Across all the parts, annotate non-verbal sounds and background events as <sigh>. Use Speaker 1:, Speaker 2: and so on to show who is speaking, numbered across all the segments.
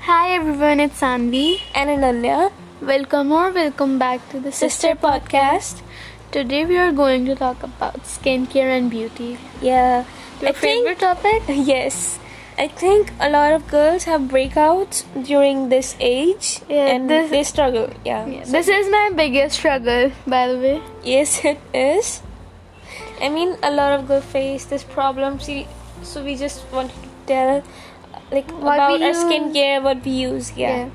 Speaker 1: Hi everyone, it's Sandy.
Speaker 2: and Ananya
Speaker 1: Welcome or welcome back to the
Speaker 2: Sister Podcast.
Speaker 1: Today we are going to talk about skincare and beauty.
Speaker 2: Yeah,
Speaker 1: Your
Speaker 2: I
Speaker 1: favorite
Speaker 2: think
Speaker 1: topic?
Speaker 2: <laughs> yes, I think a lot of girls have breakouts during this age,
Speaker 1: Yeah,
Speaker 2: and
Speaker 1: this-
Speaker 2: they struggle. Yeah,
Speaker 1: Yeah, this is my biggest struggle, by the way.
Speaker 2: yes, <laughs> it is. I mean, a lot of girls face this problem. See, so we just wanted to tell, like,
Speaker 1: What
Speaker 2: about
Speaker 1: we
Speaker 2: our
Speaker 1: use.
Speaker 2: skincare, what we use. Yeah,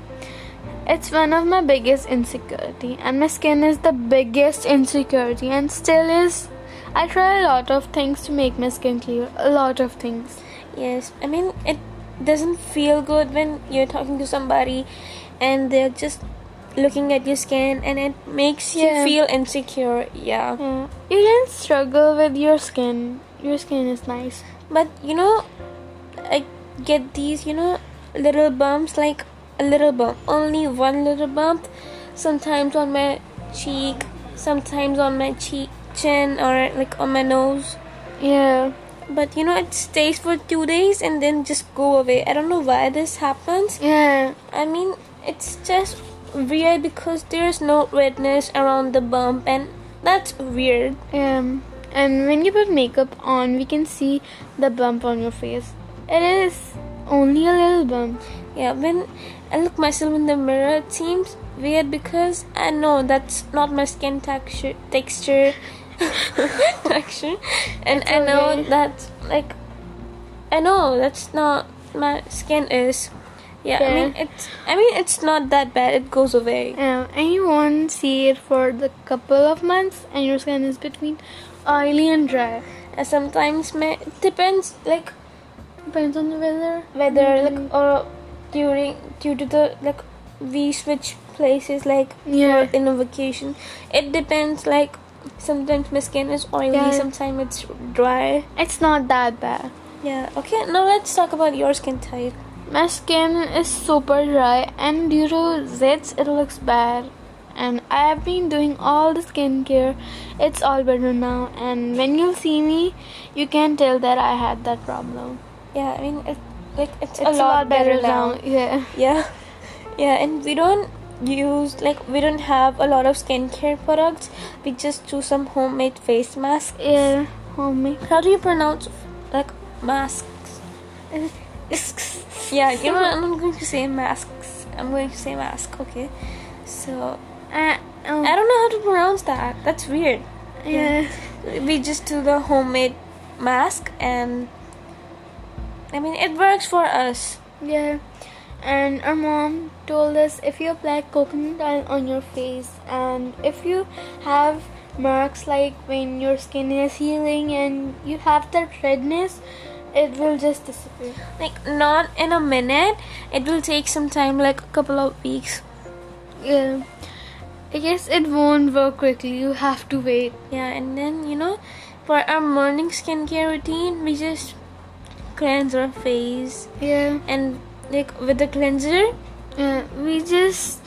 Speaker 1: It's one of my biggest insecurity and my skin is the biggest insecurity and still is. I try a lot of things to make my skin clear, a lot of things.
Speaker 2: yes. I mean, it doesn't feel good when you're talking to somebody, and they're just looking at your skin, and it makes
Speaker 1: Yeah.
Speaker 2: you feel insecure. Yeah.
Speaker 1: Yeah. You can struggle with your skin. Your skin is nice.
Speaker 2: But you know, I get these, you know, little bumps like a little bump, only one little bump, sometimes on my cheek, sometimes on my cheek, chin, or like on my nose.
Speaker 1: Yeah.
Speaker 2: But you know, it stays for two days and then just go away. I don't know why this happens.
Speaker 1: Yeah.
Speaker 2: I mean, it's just weird because there's no redness around the bump, and that's weird.
Speaker 1: Um, and when you put makeup on, we can see the bump on your face. It is only a little bump.
Speaker 2: Yeah, when I look myself in the mirror, it seems weird because I know that's not my skin texture. Texture, <laughs> texture, and I know
Speaker 1: okay.
Speaker 2: that like I know that's not my skin is. Yeah, I mean
Speaker 1: Yeah.
Speaker 2: it's I mean it's not that bad. It goes away.
Speaker 1: Um, and you won't see it for the couple of months, and your skin is between oily and dry.
Speaker 2: And sometimes my it depends like
Speaker 1: Depends on the weather.
Speaker 2: whether like or during due to the like we switch places like
Speaker 1: Yeah.
Speaker 2: in a vacation. It depends. Like sometimes my skin is oily,
Speaker 1: Yeah.
Speaker 2: sometimes it's dry.
Speaker 1: It's not that bad.
Speaker 2: Yeah. Okay. Now let's talk about your skin type.
Speaker 1: My skin is super dry, and due to zits, it looks bad. And I have been doing all the skincare. It's all better now. And when you see me, you can tell that I had that problem.
Speaker 2: Yeah. I mean, it, like it's,
Speaker 1: It's a lot, better, now. Yeah.
Speaker 2: Yeah. Yeah. And we don't use like we don't have a lot of skincare products. We just do some homemade face masks.
Speaker 1: Yeah. Homie.
Speaker 2: How do you pronounce like masks? Yeah. You know, I'm not going to say masks. I'm going to say mask. Okay. So
Speaker 1: <laughs> Uh, um,
Speaker 2: I don't know how to pronounce that. That's weird.
Speaker 1: Yeah.
Speaker 2: We just do the homemade mask, and I mean, it works for us.
Speaker 1: Yeah. And our mom told us if you apply coconut oil on your face and if you have marks like when your skin is healing and you have that redness, it will just disappear.
Speaker 2: Like, not in a minute, it will take some time, like a couple of weeks.
Speaker 1: Yeah. I guess it won't work quickly. You have to wait.
Speaker 2: Yeah, and then you know, for our morning skincare routine, we just cleanse our face,
Speaker 1: Yeah.
Speaker 2: and like with the cleanser,
Speaker 1: Uh, we just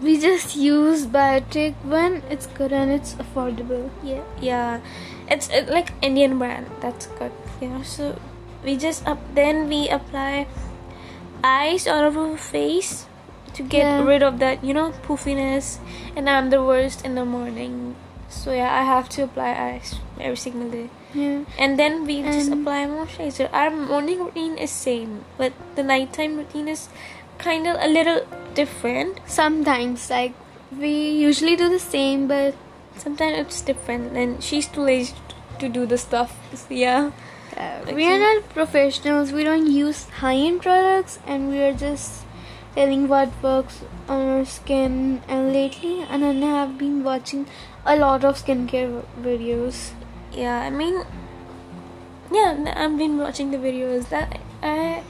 Speaker 1: we just use biotic when it's good and it's affordable.
Speaker 2: Yeah, yeah. It's uh, like Indian brand. That's good. Yeah. So we just up then we apply ice all over our face to get
Speaker 1: Yeah.
Speaker 2: rid of that you know poofiness. And I'm the worst in the morning. So yeah, I have to apply ice every single day.
Speaker 1: Yeah.
Speaker 2: And then we just
Speaker 1: And-
Speaker 2: apply moisturizer. Our morning routine is same, but the nighttime routine is kind of a little different.
Speaker 1: Sometimes like we usually do the same but
Speaker 2: Sometimes it's different. And she's too lazy to- to do the stuff. <laughs> Yeah.
Speaker 1: Uh,
Speaker 2: Like
Speaker 1: we are
Speaker 2: you-
Speaker 1: not professionals. We don't use high-end products, and we are just telling what works on our skin. And lately, Ananya have been watching a lot of skincare v- videos.
Speaker 2: yeah i mean yeah n- i've been watching the videos that i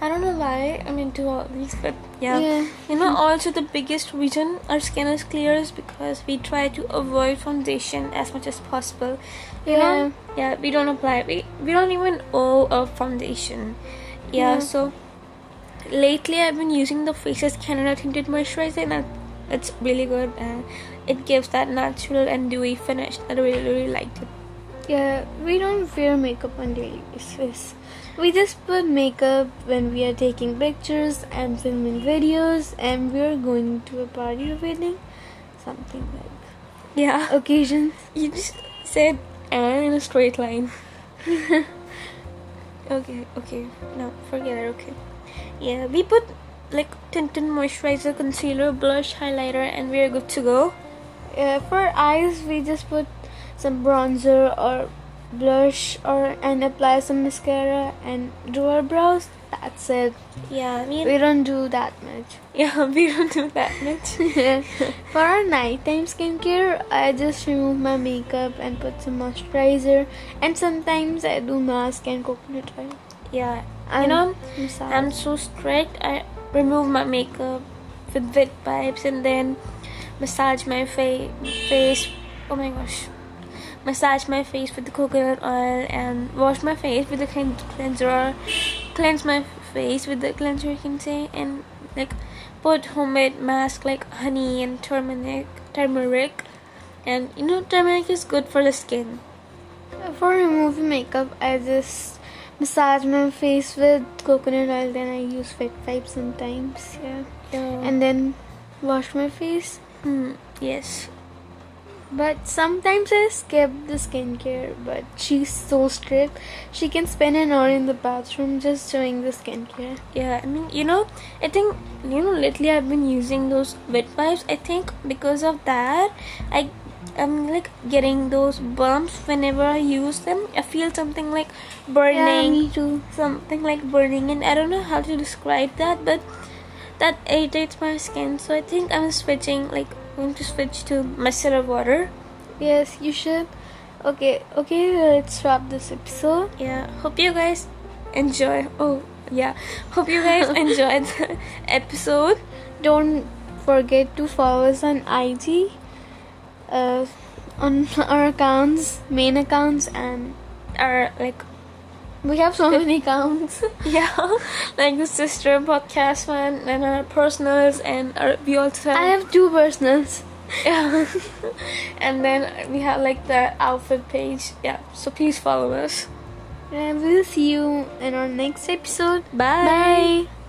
Speaker 2: i don't know why i'm into all these but yeah,
Speaker 1: Yeah.
Speaker 2: you know also the biggest reason our skin is clear is because we try to avoid foundation as much as possible you know? yeah we don't apply we, we don't even owe a foundation yeah,
Speaker 1: Yeah.
Speaker 2: so lately i've been using the faces canada tinted moisturizer and I- it's really good and it gives that natural and dewy finish that i really really liked it
Speaker 1: Yeah, we don't wear makeup on daily basis. We just put makeup when we are taking pictures and filming videos and we are going to a party or wedding, something like
Speaker 2: Yeah. <laughs>
Speaker 1: occasions.
Speaker 2: You just said and in a straight line. okay, okay. No, forget it, okay. Yeah, we put like tinted moisturizer, concealer, blush, highlighter, and we're good to go.
Speaker 1: Yeah, for eyes, we just put some bronzer or blush or and apply some mascara and do our brows. That's it.
Speaker 2: Yeah, we,
Speaker 1: We don't do that much.
Speaker 2: <laughs> yeah, we don't do that much.
Speaker 1: <laughs> For our nighttime skincare, I just remove my makeup and put some moisturizer, and sometimes I do mask and coconut oil.
Speaker 2: yeah,
Speaker 1: And
Speaker 2: you know,
Speaker 1: massage.
Speaker 2: I'm so strict. I remove my makeup with wet wipes and then massage my fa- face. Oh my gosh. Massage my face with the coconut oil and wash my face with the clean- cleanser. Cleanse my face with the cleanser, you can say, and like put homemade mask like honey and turmeric, turmeric, and you know turmeric is good for the skin.
Speaker 1: For removing makeup, I just massage my face with coconut oil, then I use wet wipes sometimes. Yeah, and then wash my face.
Speaker 2: Mm, yes,
Speaker 1: But sometimes I skip the skincare, but she's so strict. She can spend an hour in the bathroom just doing the skincare.
Speaker 2: Yeah, I mean, you know, I think, you know, lately I've been using those wet wipes. I think because of that, I, I'm like getting those bumps whenever I use them. I feel something like
Speaker 1: Yeah,
Speaker 2: burning,
Speaker 1: me too.
Speaker 2: something like burning, and I don't know how to describe that, but that irritates my skin. So I think I'm switching, like, going to switch to micellar water.
Speaker 1: Yes, you should. Okay, okay, let's wrap this episode.
Speaker 2: Yeah, hope you guys enjoy. Oh, yeah, hope you
Speaker 1: <laughs>
Speaker 2: guys enjoyed the episode.
Speaker 1: Don't forget to follow us on IG, uh, on <laughs> our accounts, main accounts, and
Speaker 2: Or, like,
Speaker 1: we have <laughs> so many accounts.
Speaker 2: <laughs> Yeah, like the sister podcast one and our personals and our, we also have,
Speaker 1: I have two personals.
Speaker 2: <laughs> yeah. and then we have like the outfit page. Yeah, so please follow us.
Speaker 1: And we'll see you in our next episode.
Speaker 2: Bye.
Speaker 1: Bye.